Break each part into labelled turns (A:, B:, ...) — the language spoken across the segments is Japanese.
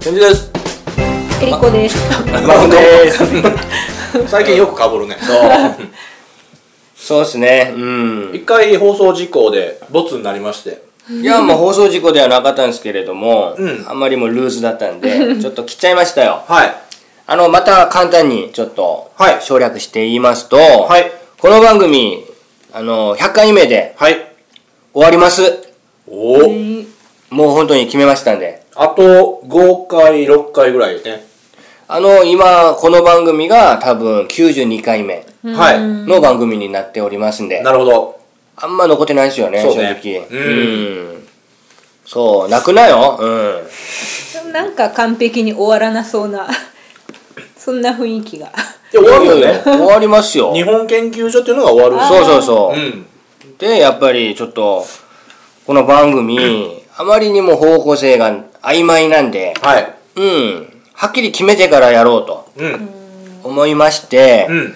A: 健二です
B: えりこです。
C: マンです。
A: 最近よくかぶるね
C: そう。そうですね。うん。
A: 一回放送事故でボツになりまして
C: いや、もう放送事故ではなかったんですけれども、
A: うん
C: あんまりもうルーズだったんで、ちょっと切っちゃいましたよ。
A: はい
C: あの、また簡単にちょっと
A: はい
C: 省略して言いますと、
A: はい
C: この番組、あの、100回目で
A: はい
C: 終わります。
A: おお、
C: もう本当に決めましたんで。
A: あと5回6回ぐらいね、
C: あの、今、この番組が多分92回目
A: は
C: の番組になっておりますんで
A: い、なるほど
C: あんま残ってないですよね、
A: そう
C: 正
A: ね
C: 直。
A: うん
C: うん。そう、泣くなよ。うん。
B: なんか完璧に終わらなそうな そんな雰囲気が。
A: で終わるよ
C: いやいや
A: ね
C: 終わりますよ
A: 日本研究所っていうのが終わる
C: そうそうそうう、
A: ん
C: でやっぱりちょっとこの番組、あまりにも方向性が曖昧なんで
A: はい
C: うんはっきり決めてからやろうと
A: うん
C: 思いまして、
A: うん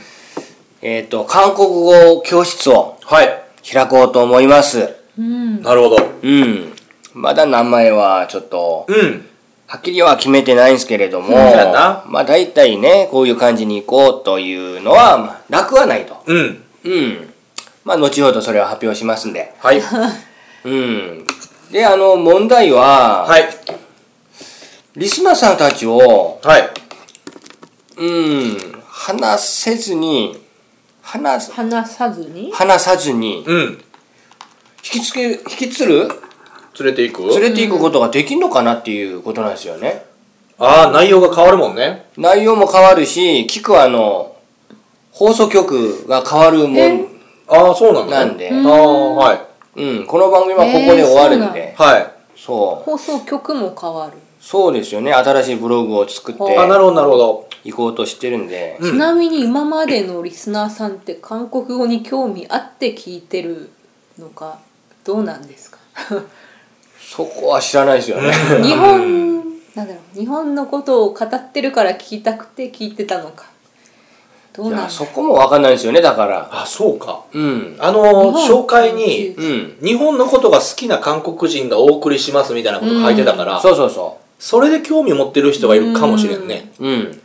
C: えっ、と韓国語教室を
A: はい
C: 開こうと思います
B: うん。
A: なるほど
C: うんまだ名前はちょっと
A: うん
C: はっきりは決めてないんですけれども、
A: そうやな
C: まあ大体ねこういう感じに行こうというのは、まあ、なくはないと
A: うん
C: うんまあ後ほどそれを発表しますんで
A: はい
C: うん。で、あの、問題は、
A: はい
C: リスナーさんたちを、
A: はい
C: うん、話せずに、話す、
B: 話さずに。
C: 話さずに、
A: うん
C: 引きつけ、引きつる
A: 連れていく
C: 連れていくことができるのかなっていうことなんですよね。
A: ああ内容が変わるもんね
C: 内容も変わるし、聞くあの、放送局が変わるもん
A: ああそうなん
C: な
A: だ
C: んで、
A: ああはい
C: うん、この番組はここで終わるんで、
A: はい
C: そう、
B: 放送局も変わる。
C: そうですよね、新しいブログを作って
A: あなるほどなるほど
C: いこうとしてるんで、
A: うん
B: ちなみに今までのリスナーさんって韓国語に興味あって聞いてるのかどうなんですか。
C: そこは知らないですよね。
B: 日本なんだろう日本のことを語ってるから聞きたくて聞いてたのか。どう
C: い
B: なんだろ
C: や
B: う
C: そこも分かんないですよねだから
A: あそうか
C: うん
A: あの
B: 日本
A: 紹介に
C: うん
A: 日本のことが好きな韓国人がお送りしますみたいなこと書いてたから、
C: そうそうそ
A: それで興味持ってる人がいるかもしれんね、
C: ううん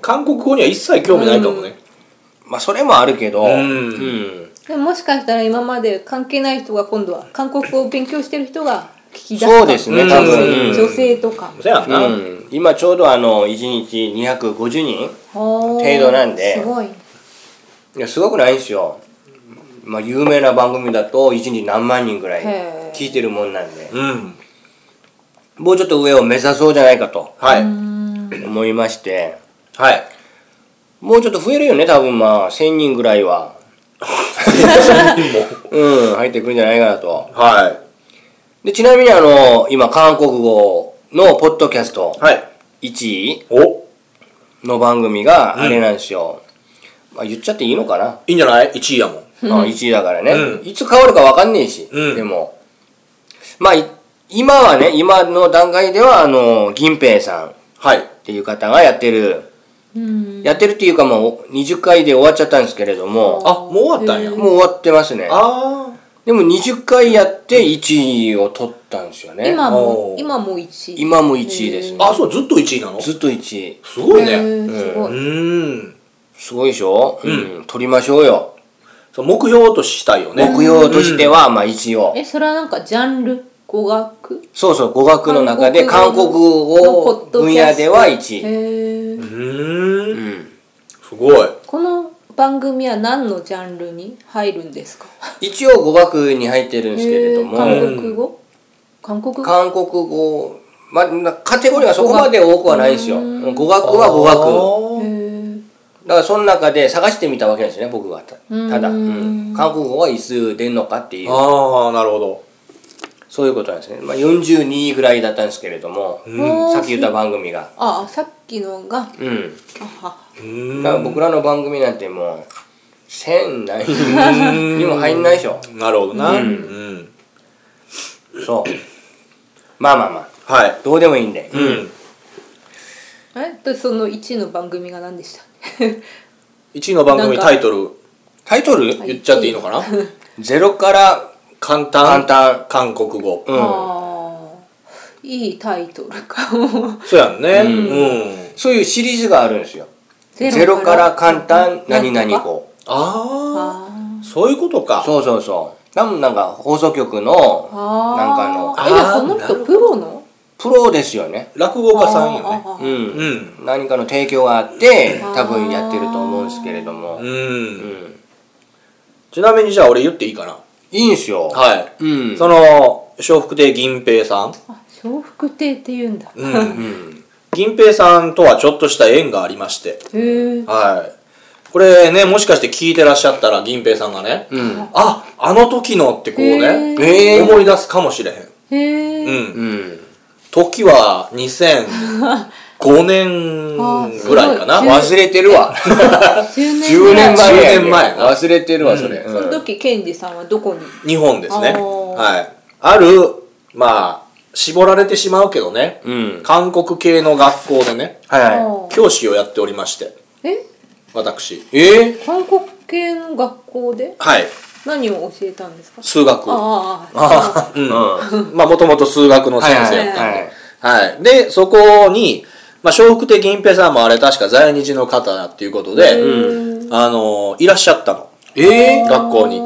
A: 韓国語には一切興味ないかもね、
C: まあそれもあるけど
A: う
C: うんん
B: でももしかしたら今まで関係ない人が今度は韓国語を勉強してる人が聞き出した
C: そうですね多
A: うん
C: 分
B: 女性とか
A: そやんな、
C: うん今ちょうどあの1日250人
B: 程
C: 程度なんです
B: ごい
C: いやすごくないんですよまあ有名な番組だと1日何万人ぐらい
B: へー
C: 聞いてるもんなんで
A: うん
C: もうちょっと上を目指そうじゃないかと
A: はい、
C: 思いまして
A: はい
C: もうちょっと増えるよね多分まあ1000人ぐらいはうん入ってくるんじゃないかなと
A: は
C: でちなみにあの今韓国語のポッドキャスト
A: いはい
C: 1位
A: お
C: の番組があれなんですよ、まあ、言っちゃっていいのかな、
A: いいんじゃない1位やもん
C: あ1位だからね、
A: うん
C: いつ変わるか分かんねえし、
A: うん
C: でもまあい今はね今の段階ではあの銀平さんっ
A: はい
C: ていう方がやってる
B: うん
C: やってるっていうかもう20回で終わっちゃったんですけれども
A: あもう終わったんや、
B: へー
C: もう終わってますね
A: あ
C: でも20回やって1位を取ったんですよね
B: 今
A: お
B: も
A: ー
B: 今も1位
C: 今も1位です
A: ーあそうずっと1位なの
C: ずっと1位
A: すごい
B: へ
A: ね
B: ーす
A: う
B: ごい
A: ん
C: すごいでしょ、うん取りましょうよ
A: そう目標としたいよね
C: 目標としては、まあ一応
B: えそれはなんかジャンル語学
C: そうそう語学の中で韓国語分野では1
B: へ
C: 位
B: ー
A: うーん
C: うん
A: すごい
B: この番組は何のジャンルに入るんですか
C: 一応語学に入ってるんですけれども、
B: へー韓国語韓国語
C: 韓国語まあなカテゴリーはそこまで多くはないんですよ語学は語学
B: へ
A: 学
B: ー
C: だからその中で探してみたわけですね僕がたただ、
B: う
C: うんん、韓国語はいつ出んのかっていう
A: ああなるほど
C: そういうことなんですね、まあ、42位ぐらいだったんですけれども、
B: ん
C: さっき言った番組が
B: ああさっきのが
C: うん
B: あは
A: うーん
C: だから僕らの番組なんてもう1000何人にも入んないでしょ
A: なるほどな、うん
C: そうまあまあまあ
A: はい、
C: どうでもいいんで、
A: うん、
B: えっとその1位の番組が何でした
A: 1位の番
B: な
A: 組
B: んか
A: タイトル
C: タイトル、
A: 言っちゃっていいの かな
C: ゼロから
A: 簡
C: 簡
A: 単
C: 単
A: 韓国語
C: うん
B: ああいいタイトルかも
A: そうやんね。
C: う
A: うんん。
C: そういうシリーズがあるんですよ。ゼロから簡単何々語。
A: あ
B: あ
A: あ、そういうことか。
C: そうそうそう。多分なんか放送局の
B: ーあ
C: なんかあの
B: ーえじゃあこ
A: あーな
B: の
A: る
B: 人
A: ほど
B: プロの
C: プロですよね。
A: 落語家さんよね。
B: あーあーあー
C: う。
A: うんん。
C: 何かの提供があって
B: あー
C: 多分やってると思うんですけれども。
A: うん。
C: うん
A: ちなみにじゃあ俺言っていいかな。
C: いいんすよ。
A: はい。
C: うん。
A: その、笑福亭銀平さん。
B: あ笑福亭って言うんだ、
A: う
B: へ
A: ん。
C: うん。
A: 銀平さんとはちょっとした縁がありまして。
B: え
A: はい。これね、もしかして聞いてらっしゃったら銀平さんがね、
C: うん。
A: あ、あの時のってこうね、
C: へー
A: 思い出すかもしれへん。
B: へえ、
A: うん。
C: うん。
A: 時は2005年 ぐらいかな。
B: あすごい
A: わ
C: 忘れてるわ。
B: 10
C: 10年前や
A: 10年前やな
C: 忘れてるわ、それ。
A: う
B: その時ケンジさんはどこに
A: 日本ですね。
B: あー
A: はい。ある、まあ、絞られてしまうけどね、
C: うん。
A: 韓国系の学校でね、
C: は
B: あー
A: 教師をやっておりまして、
B: え
A: 私。
C: い。え
B: 韓国系の学校で
A: はい。
B: 何を教えたんですか
A: 数学。
B: ああ
C: あ
A: うん
C: は
A: まあ、もともと数学の
C: い
A: 先生やったん
C: は
A: で
C: い。。
A: はい。で、そこに、まあ、笑福亭銀平さんもあれ確か在日の方だっていうことで、
B: う
A: あのいらっしゃったの。
C: えー
A: 学校に。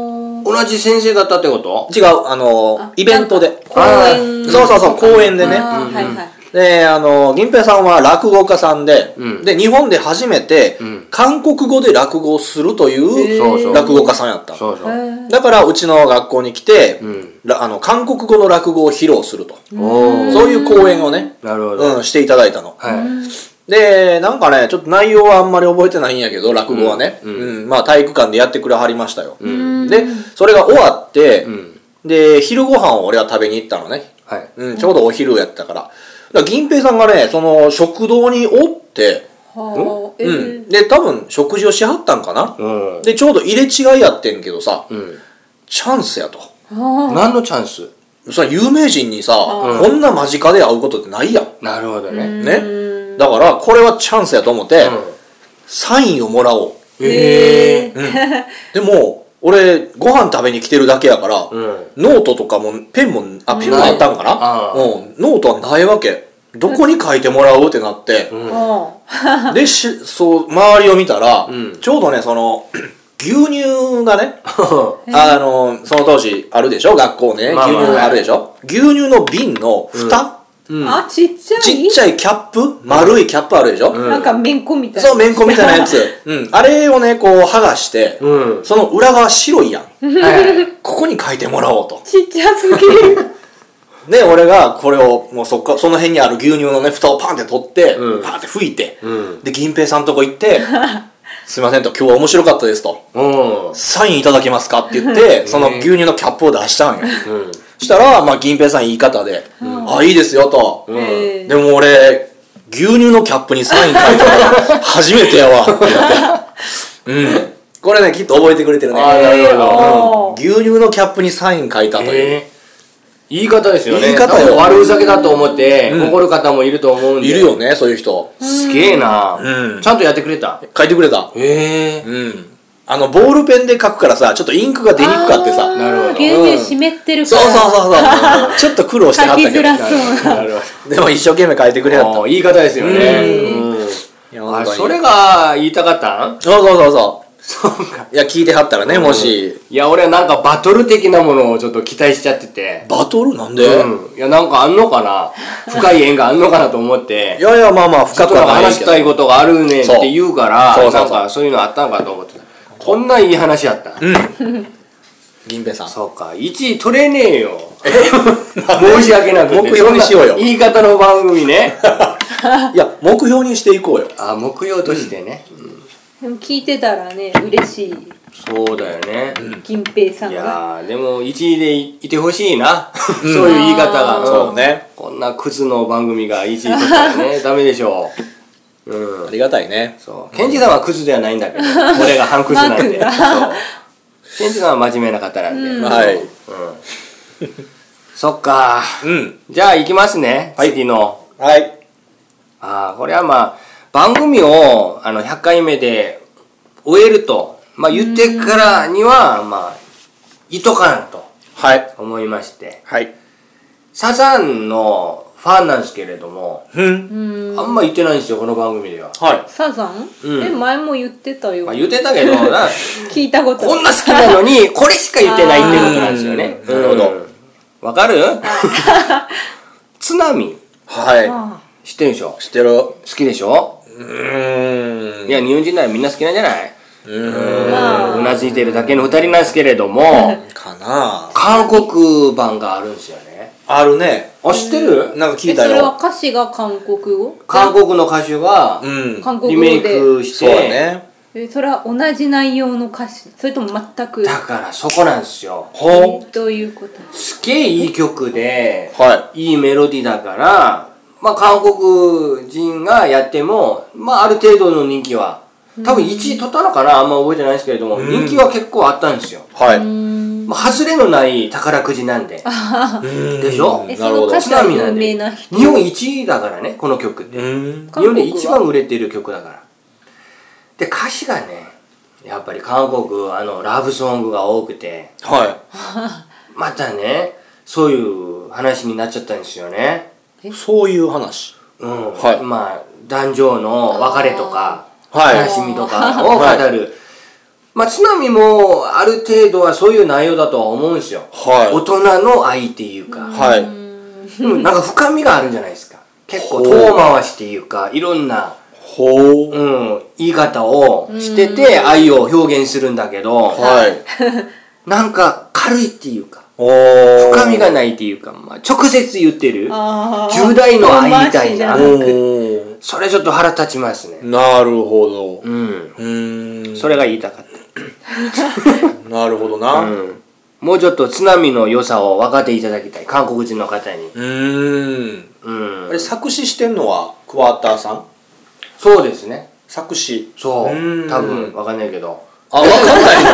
C: 同じ先生だったってこと
A: 違う、あの
B: あ
A: イベントで。
B: 公演
A: あーそうそうそう、公演でね。
B: あーはいはい
A: で、あの、銀平さんは落語家さんで、
C: うん
A: で、日本で初めて
C: ん、
A: 韓国語で落語をするとい
B: へ
A: う
B: ー
C: そうそう。
A: 落語家さんやったの
C: そうそ
B: へ
C: う。
B: ー
A: だから、うちの学校に来て、
C: うん。
A: らあの、韓国語の落語を披露すると。
C: おー
A: そういう公演をね、
C: なるほど。
A: うん、していただいたの。
C: は
A: で、なんかね、ちょっと内容はあんまり覚えてないんやけど、落語はね。
C: う
A: うんん。まあ、体育館でやってくれはりましたよ。
B: ん
A: で、それが終わって、
C: い。うん。
A: で、昼ご飯を俺は食べに行ったのね。
C: はい。
A: うん、ちょうどお昼やったから。だから銀平さんがね、その食堂におって、
B: はあえ
A: う
B: ー
A: ん。で、多分食事をしはったんかな。
C: うん。
A: で、ちょうど入れ違いやってんけどさ、
C: うん。
A: チャンスやと。
B: あ
C: 何のチャンス
A: さ、有名人にさ、
B: あ
A: こんな間近で会うことってないやん。
C: なるほど
B: ー
C: ね。
A: ね。だから、これはチャンスやと思って、サインをもらおう。
C: うん。
B: へえ
A: でも俺ご飯食べに来てるだけやから、
C: うん。
A: ノートとかもペンもあペンもあったんかな、
C: な
A: うん、ノートはないわけどこに書いてもらおうってなって、
B: あ
A: でしそう周りを見たら、
C: うん
A: ちょうどねその 牛乳がね、あのその当時あるでしょ学校ね、
C: まあまあ
A: 牛乳があるでしょ牛乳の瓶の蓋、
C: うん。
B: あちっちゃ
A: ち
B: い
A: っちゃいキャップ丸いキャップあるでしょ、
C: うん
B: なんかめんこみたいな
A: そうめんこみたいなやつ、 うん、あれをねこう剥がして、
C: うん。
A: その裏側白いやん
C: はい。
A: ここに書いてもらおうと。
B: ちっちゃすぎる
A: で、俺がこれを、もうそっか、その辺にある牛乳のね、蓋をパンって取って、
C: うん
A: パンって拭いて、
C: うん。
A: で、銀平さんとこ行っ て、すいませんと、今日は面白かったですと、
C: うん。
A: サインいただけますかって言って、その牛乳のキャップを出したんよ。
C: うん。
A: したら、まあ、銀平さん言い方で、あ、いいですよと。
C: ん
B: えー
A: でも俺、牛乳のキャップにサイン書いたの 初めてやわ。って言っ てうん。これね、きっと覚えてくれてる
C: あ
A: ね。
C: なるほど
B: えーあー
A: 牛乳のキャップにサイン書いたという。
C: えー言い方ですよね。
A: 言い方よ
C: なんか悪ふざけだと思って、
A: うん
C: 怒る方もいると思うんで。
A: いる。よね、そういう人。
C: すげえな。
A: うん
C: ちゃんとやってくれた。
A: 書いてくれた。
C: へえ。
A: うん。あの、ボールペンで書くからさ、ちょっとインクが出にくかって
B: あー
A: さ。
C: なるほど
B: 牛乳湿ってるか
A: そう
B: ら
A: そうそうそう。ちょっと苦労してはっ
B: 書き
A: た
B: づら
A: け
B: そうな
C: なるほど。
A: ど。でも一生懸命書いてくれはった。
C: 言い方ですよね。
A: いや
C: うんあ
A: 本当に
C: それが言いたかったん
A: そうそうそうそ
C: そうか。
A: う。いや、聞いてはったらね、もし。
C: いや、俺はなんかバトル的なものをちょっと期待しちゃってて。
A: バトルなんでい
C: うん。いや、なんかあんのかな深い縁があんのかなと思って。
A: やいや、まあまあ、
C: ちょ
A: 深
C: っ
A: く
C: となん
A: は
C: か
A: ない
C: 話
A: け
C: し
A: ど
C: た。いことがあるねんって言うから、
A: そうそうそうそう
C: なんかそういうのあったのかと思ってた。こんないい話やった。
A: 銀平さん。
C: そうか、1位取れねえよ。申し訳なくて。
A: 目標にしようよ
C: そんな言い方の番組ね。
A: いや、目標にしていこうよ。
C: あ、目標としてね。
B: でも聞いてたらね嬉しい
C: そうだよね。
B: 銀平さん
C: い
B: が
C: やーでも1位でいいてほしいな。 そういう言い方が。
A: そうね。
C: こんなクズの番組が1位取ったらね、ダメでしょう。う
A: あ
C: ん。
A: りがたいね。
C: そう。ケンジさんはクズではないんだけど、俺が半クズなんで。
B: マー
C: そう。ケンジさんは真面目な方なんで。
B: うん
A: はい
C: うん。そっか。
A: うん。
C: じゃあ行きますね。次の。
A: はい。
C: ああ、これはまあ、番組を、あの、100回目で終えると、まあ言ってからには、まあ、いとかんと
A: はい。
C: 思いまして。
A: はい。
C: サザンのファンなんですけれども、
A: うん。
C: あんま言ってないんですよこの番組では、
A: は
B: サザン、
C: うん
B: え前も言ってたよ、
C: まあ、言ってたけどな
B: 聞いたこと
C: こんな好きなのにこれしか言ってないってことなんですよね
A: あーなるほど
C: うんわかる 津波
A: い。は
B: あ
C: 知ってるでしょ
A: い。してる。う
C: 好きでしょ
A: ーん。
C: いや日本人ならみんな好きなんじゃない
B: まあ
C: うなずいてるだけの二人なんですけれども
A: かなあ
C: 韓国版があるんですよね
A: あるね。
C: あ知ってる
A: なんか聞
B: え
A: いた
B: それは
A: よ。
B: 歌詞が韓国語
C: 韓国の歌手が
A: うん。
B: 韓国
C: リ
B: 語
C: メ
B: で
C: イクし
A: そうだ
C: て
A: ね。
B: えそれは同じ内容の歌詞それとも全く
C: だからそこなんですよ
A: ほう。
B: どういうこと。
C: すっげえいい曲で
A: はい
C: いメロディーだからまあ韓国人がやってもまあある程度の人気は多分1位取ったのかなあんま覚えてないですけれども
A: うん
C: 人気は結構あったんですよ。
A: はいう
B: ーん
C: まあ外れのない宝くじなんで
A: うーん
C: でしょ
B: え
A: な
B: そ
A: る
B: の
A: ほど
B: 歌。
C: ち
B: 詞
C: な
B: は
C: みになん
B: 有
C: で
B: 名な人
C: 日本1位だからねこの曲って
A: うーん。
C: 日本で
B: 韓国
C: 一
B: は
C: 番売れてる曲だからで歌詞がねやっぱり韓国あのラブソングが多くて
A: は
C: またねそういう話になっちゃったんですよね
A: い。そういう話。
C: うん、
A: はい
C: まあ男女の別れとか
A: はい
C: 悲しみとかを語る、まあ津波もある程度はそういう内容だとは思うんですよ、大
A: は
C: 人の愛っていうか、
A: い。はい。
B: うーん
C: うんなんか深みがあるんじゃないですか結構
A: ほう
C: 遠回しっていうかいろんな
A: ほう。
C: うん、言い方をしてて愛を表現するんだけど、
A: はい。
C: なんか軽いっていうか、
A: おー。
C: 深みが
A: い。
C: ないっていうか、まあ、直接言ってる。
B: あー
C: 重大の愛みた
B: 遠回し
C: いな
B: じゃ
A: お
B: なく
A: ー。
C: それちょっと腹立ちますね。
A: なるほど。う
C: うん。
A: ーん。
C: それが言いたかっ
A: なるほど
C: た。
A: な。
C: う。
A: うん
C: もうちょっと津波の良さを分かっていただきたい。韓国人の方に。
A: ーん。
C: うん。
A: あれ、作詞してんのは、クワーターさん
C: そうですね。
A: 作詞。
C: そう。
A: うん
C: 多分分かんないけど。
A: あ、わかんない な。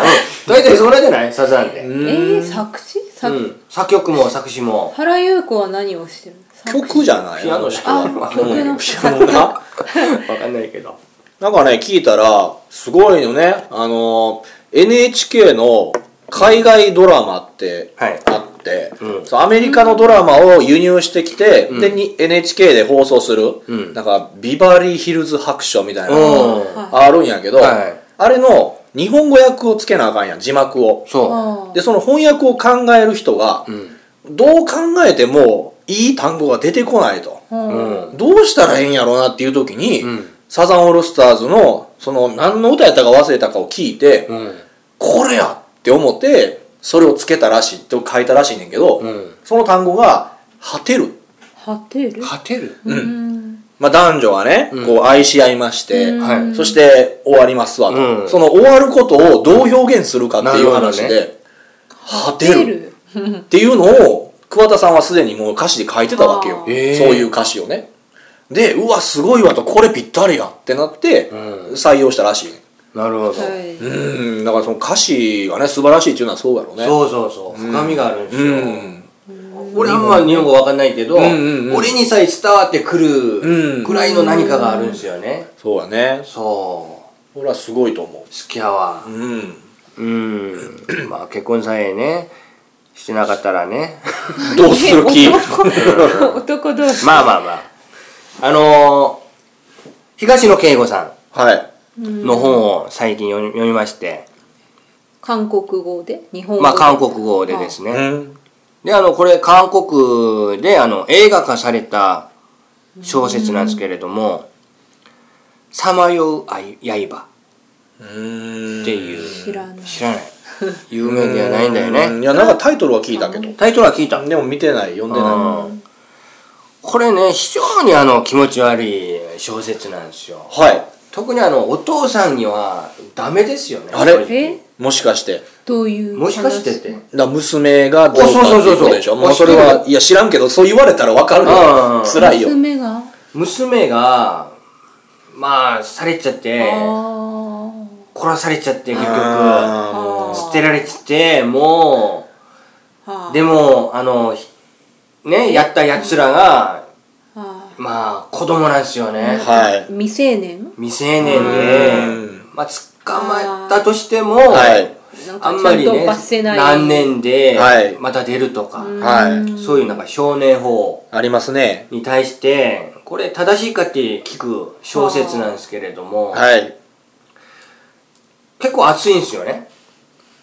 C: 大体それじゃないサザンって。
A: う
C: う
A: ー
B: えー、
A: ん
B: 作詞作、
C: ん。作曲も作詞も。
B: 原優子は何をしてるの作詞
A: 曲じゃない
C: ピアノ
A: し
C: して
A: か
C: る
B: あ曲
A: うん
B: の
A: ピアノな。
C: 分かんないけど。
A: なんかね、聞いたら、すごいよね。あのー、NHK の海外ドラマって
C: はい
A: あって、
C: うん
A: そうアメリカのドラマを輸入してきて、でに NHK で放送する、
C: うん
A: なんかビバリーヒルズ白書みたいな
C: うん
A: のあるんやけど、
C: はい
A: あれの日本語訳をつけなあかんやん字幕を。
C: そ
B: あー
A: でその翻訳を考える人が、
C: う。うん。
A: どう考えてもいい単語が出てこないと。
B: うん
C: うん。
A: どうしたらええんやろうなっていう時に、
C: うん
A: サザンオールスターズのその何の歌やったか忘れたかを聞いて、
C: うん。
A: これやって思ってそれをつけたらしいって書いたらしいねんけど、
C: うん。
A: その単語が「果てる
B: 果てる
C: 勝てる
B: う
A: うん
B: ん」
A: まあ、男女がね、
C: うん
A: こう愛し合いまして、
B: うん
C: はい
A: そして終わりますわと、
C: うん
A: その終わることをどう表現するかっていう話
C: なるほど
A: で「果てる」
B: る
A: っていうのを桑田さんはすでにもう歌詞で書いてたわけよ、
B: あー
C: へー
A: そういう歌詞をねでうわすごいわとこれぴったりやってなって、
C: うん
A: 採用したらしいね
C: なるほど、
B: はい、
A: うんだからその歌詞がね素晴らしいっていうのはそうやろうね
C: そうそうそう深みがあるんですよ、
A: うん
C: 俺あんま日本語わかんないけど、
A: うんうんうん
C: 俺にさえ伝わってく
A: う
C: る
A: ん
C: くらいの何かがあるんですよね、
A: そうやね
C: そう
A: 俺はすごいと思
C: 好きやわ
A: うう ん
C: うんまあ結婚さえねしてなかったらね
A: どうする気
B: 男男同士、
C: まあまあまああのー、東野圭吾さ
A: はい
B: うん
C: んの本を最近読み読みまして、
B: 韓国語で日本語
C: まあ韓国語でですね、
A: うん
C: であのこれ韓国であの映画化された小説なんですけれども「さまようあい刃」
A: うん
C: っていう
B: 知らない
C: 知らない有名ではないんだよ
A: うんい
C: ね
A: やなんかタイトルは聞いたけど
C: タイトルは聞いた
A: でも見てない読んでな
C: うんこれね非常にあの気持ち悪い小説なんですよ
A: いは
C: 特にあのお父さんにはダメですよね
A: あれ
C: 正直
B: え
A: いもしかして
B: どういう話
C: もしかしてって
A: だから娘がどうかって
C: あそうそうそう
A: い
C: そう
A: ことでしょもう
C: あ
A: それはいや知らんけどそう言われたらわかる
C: うん
A: よ辛いよ
B: 娘が
C: 娘がまあされちゃって
B: あ
C: 殺されちゃって結局
A: あー
B: もう
C: 捨てられちゃってもう
B: あ
C: でもあのひねやったやつらが
B: あ
C: まあ子供なんですよね
A: はい
B: 未成年
C: 未成年
A: う
C: で
A: ん
C: まあ捕まったとしても、
A: はい
B: なん
C: あ
B: か
C: ん
B: ち
C: ま
B: ゃん
C: り
B: と
C: ね
B: 罰せない
C: 何年で
A: はい
C: また出るとか、
B: うん
A: はい
C: そういうなんか少年法
A: ありますね。
C: に対してこれ正しいかって聞く小説なんですけれども、
A: はい。
C: 結構熱いんですよね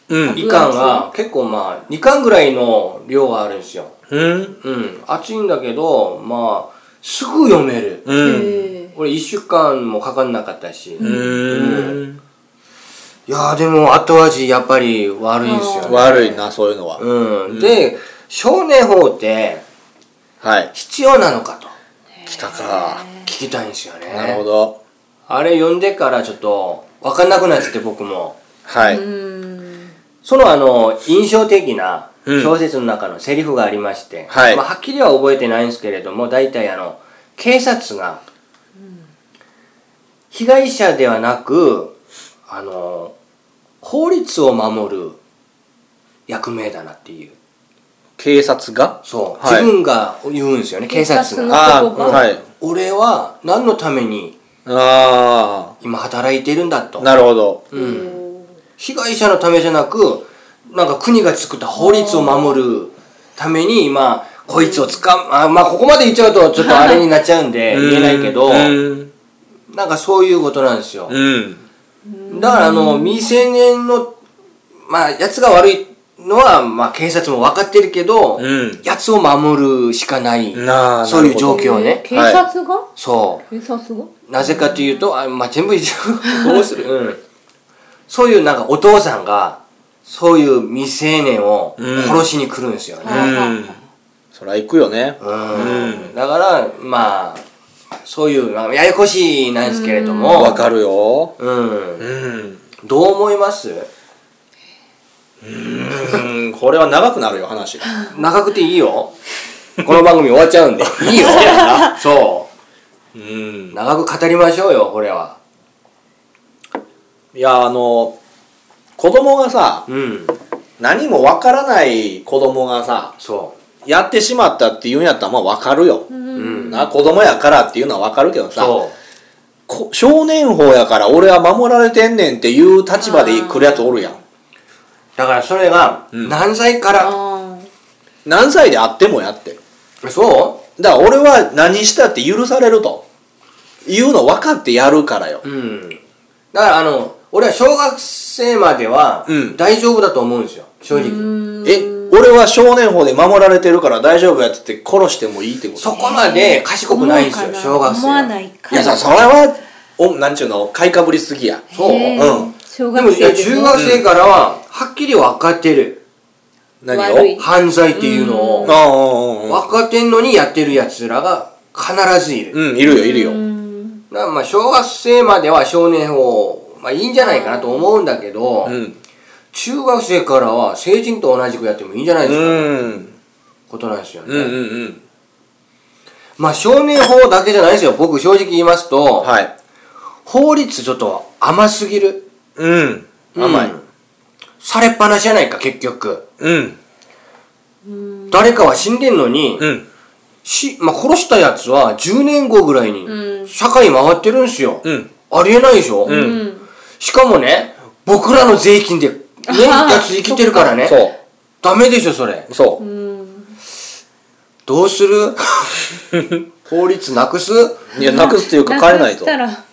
A: うん。
C: 1巻が結構まあ2巻ぐらいの量があるんですよ
A: うん。
C: うん熱いんだけどまあすぐ読める
A: うん。
B: へ
C: 俺1週間もかかんなかったし、
A: う
C: い
A: ーん。
C: やーでも後味やっぱり悪いんですよね
A: 悪いな、そういうのは。
C: うん、で少年法って
A: はい。
C: 必要なのかと
A: 来たか。
C: 聞きたいんですよね
A: なるほど。
C: あれ読んでからちょっと分かんなくなっちゃって僕も
A: は
B: え
A: い。
B: うん
C: そのあの印象的な
A: うん
C: 小説の中のセリフがありまして、
A: はい
C: まあ、はっきりは覚えてないんですけれども大体あの警察が被害者ではなくあの法律を守る役目だなっていう
A: 警察が
C: そう、
A: はい
C: 自分が言うんですよね警察が
B: 警察
A: あ
B: の言
A: あ、
B: 葉
A: はい。
C: 俺は何のために
A: あ
C: 今働いてるんだと
A: あ、なるほど。
B: うん
C: 被害者のためじゃなくなんか国が作った法律を守るために今こいつを捕まあまあここまで言っちゃうとちょっとあれになっちゃうんで言えないけど
A: うん。
C: なんかそういうことなんですよ
A: うん。
C: だからあの未成年のまあやつが悪いのはまあ警察も分かってるけど
A: うん
C: やつを守るしかない
A: なあ、
C: そういう
A: なるほど
C: 状況ね
B: 警察が、
C: そ
B: 警察が
C: うなぜかというとあまあ全部 一応どうするうんそういうなんかお父さんがそういう未成年を殺しに来るんですよね、
A: うん。そりゃ行くよね。
C: うんだからまあそういうまあややこしいなんですけれども
A: わかるよ。
C: うん
A: うん。
C: どう思います
A: うん、これは長くなるよ、話。
C: 長くていいよこの番組終わっちゃ うんでいいよそ
A: うん
C: う。長く語りましょうよこれはい
A: や、あの、子供がさ、
C: うん
A: 何もわからない子供がさ、
C: そ
A: やってしまったって言うんやったら、まあわかるよ。
C: ううん
A: な、子供やからっていうのはわかるけどさ、
C: そ
A: こ少年法やから俺は守られてんねんっていう立場で来るやつおるやん。
C: うだからそれが
A: うん
C: 何歳から、
B: あ
A: 何歳であってもやって。
C: そ
A: だから俺は何したって許されると。いうの分かってやるからよ
C: う。うんだからあの俺は小学生までは
A: うん
C: 大丈夫だと思うんですよ正直、
A: え、俺は少年法で守られてるから大丈夫やって言って殺してもいいってこと
C: そこまで賢くないんですよ、
B: 思うか
C: 小学生
B: 思
C: は
B: わないか
A: いやさ、それは、お、なんちゅうの、買いかぶりすぎや。
C: そう
B: へ
A: う
B: ー
A: ん
B: 小
C: でも
B: 学
C: いや
B: 生
C: 中
B: で
C: 学
B: も
C: 生からははっきり分かってる、
A: 何
B: 悪い
A: を
C: 犯罪っていうの
A: ああ、うんう
C: を
A: んうん
C: 分かってんのにやってるやつらが必ずいる、
A: うん、いるよ、いるよ。
B: うん
C: だからまあ小学生までは少年法、まあ、いいんじゃないかなと思うんだけど、
A: うん。
C: 中学生からは成人と同じくやってもいいんじゃないで
A: う
C: すか、
A: ん。
C: ことなんですよね、
A: うんうんうん。
C: まあ少年法だけじゃないですよ僕正直言いますと、
A: はい。
C: 法律ちょっと甘すぎる
A: うん。甘い。
C: うんされっぱなしじゃないか結局
A: うん。
C: 誰かは死んでんのに、
A: うん。
C: し、まあ、殺したやつは10年後ぐらいに
B: うん
C: 社会回ってるんすよ。
A: うん。
C: ありえないでしょ、
B: うんん
C: しかもね、僕らの税金で、ね、
B: あー
C: やつ生きてるからね。
A: そ
C: ダメでしょ、それ
A: う。。そうう。
B: ん
C: どうする 法律なくすい
A: いや、なくすというか変えない
B: くし
A: と。
B: たら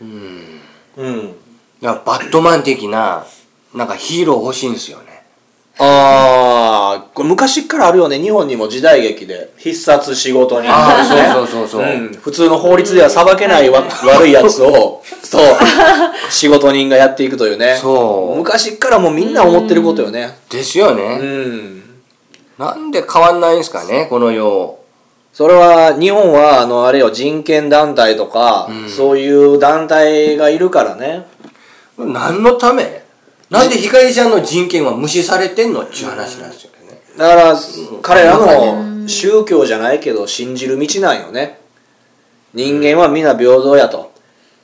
A: うん。
C: やバットマン的な、なんかヒーロー欲しいんすよね。
A: ああ、これ昔からあるよね。日本にも時代劇で必殺仕事人
C: ああ、そうそうそうそう。
A: うん、普通の法律では裁けないわ、悪いやつを、そう、仕事人がやっていくというね。
C: そう
A: 昔からもうみんな思ってることよね。
C: ですよ
A: う
C: ね。
A: ん。
C: なんで変わんないんすかね、この世。
A: それは、日本は、あの、あれよ、人権団体とか、そういう団体がいるからね。
C: 何のためなんで被害者の人権は無視されてんのっていう話なんですよね。
A: だから、彼らの宗教じゃないけど、信じる道なんよね。人間は皆平等やと。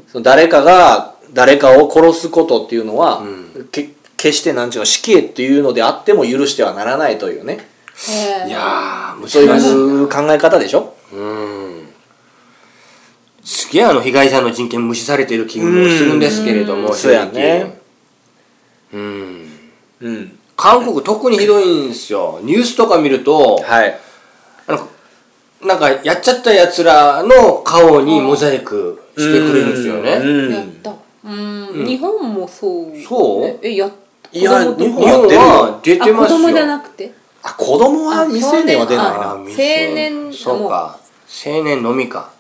A: その誰かが、誰かを殺すことっていうのは、け決してなんちゅうの死刑っていうのであっても許してはならないというね
B: へー
C: いやー、
A: そうい
C: 難しい。
A: う考え方でしょ
C: うん。すげえあの被害者の人権無視されてる気もするんですけれども、
A: うんそうやね
C: 正直。うん。
A: うん
C: 韓国特にひどいんですよニュースとか見ると、
A: はい
C: あのなんかやっちゃったやつらの顔にモザイクしてくれるんですよね、
A: うん
B: やったうん、日本もそう
C: そう
B: えやっ
A: いや
B: 子供とか
A: 日
C: 日本は出て
B: あ子
C: ますよ
B: 供じゃなくて
A: あ子供は未成年は出ない
C: あ
A: な
B: あ
C: 未
B: 青年も
C: そうか青年のみか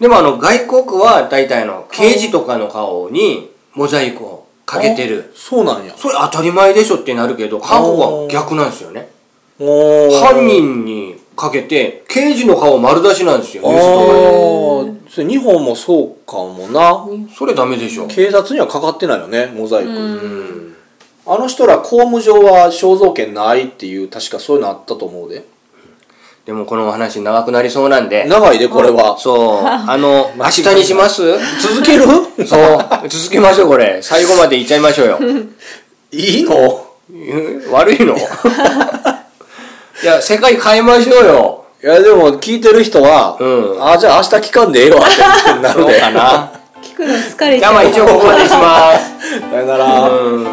C: でもあの外国は大体あの刑事とかの顔にモザイクをかけてる
A: あそうなんや
C: それ当たり前でしょってなるけど韓国は逆なんですよね
A: おー
C: 犯人にかけて刑事の顔丸出しなんですよ
A: あ
C: ニュースとかで
A: ーそれ日本もそうかもな
C: それダメでしょ
A: 警察にはかかってないよねモザイク、
C: うん
A: あの人ら公務上は肖像権ないっていう確かそういうのあったと思うで
C: でもこのお話長くなりそうなんで
A: 長いでこれは
C: そうあの明日にします
A: 続ける
C: そう 続けましょうこれ最後までいっちゃいましょうよ
A: いいの
C: え 悪いのいや、世界変えましょうよ。
A: いやでも聞いてる人は、
C: うん
A: あじゃあ明日期間でええわってなる
C: そう
A: で
C: かな。
B: 聞くの疲れち
C: じゃ
B: ゃ
C: あ
B: う
C: まあ一応ここまでにします。
A: さよなら、
C: うん。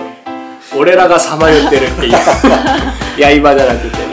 C: 俺らがさまよってるっていう。刃じゃなくてね。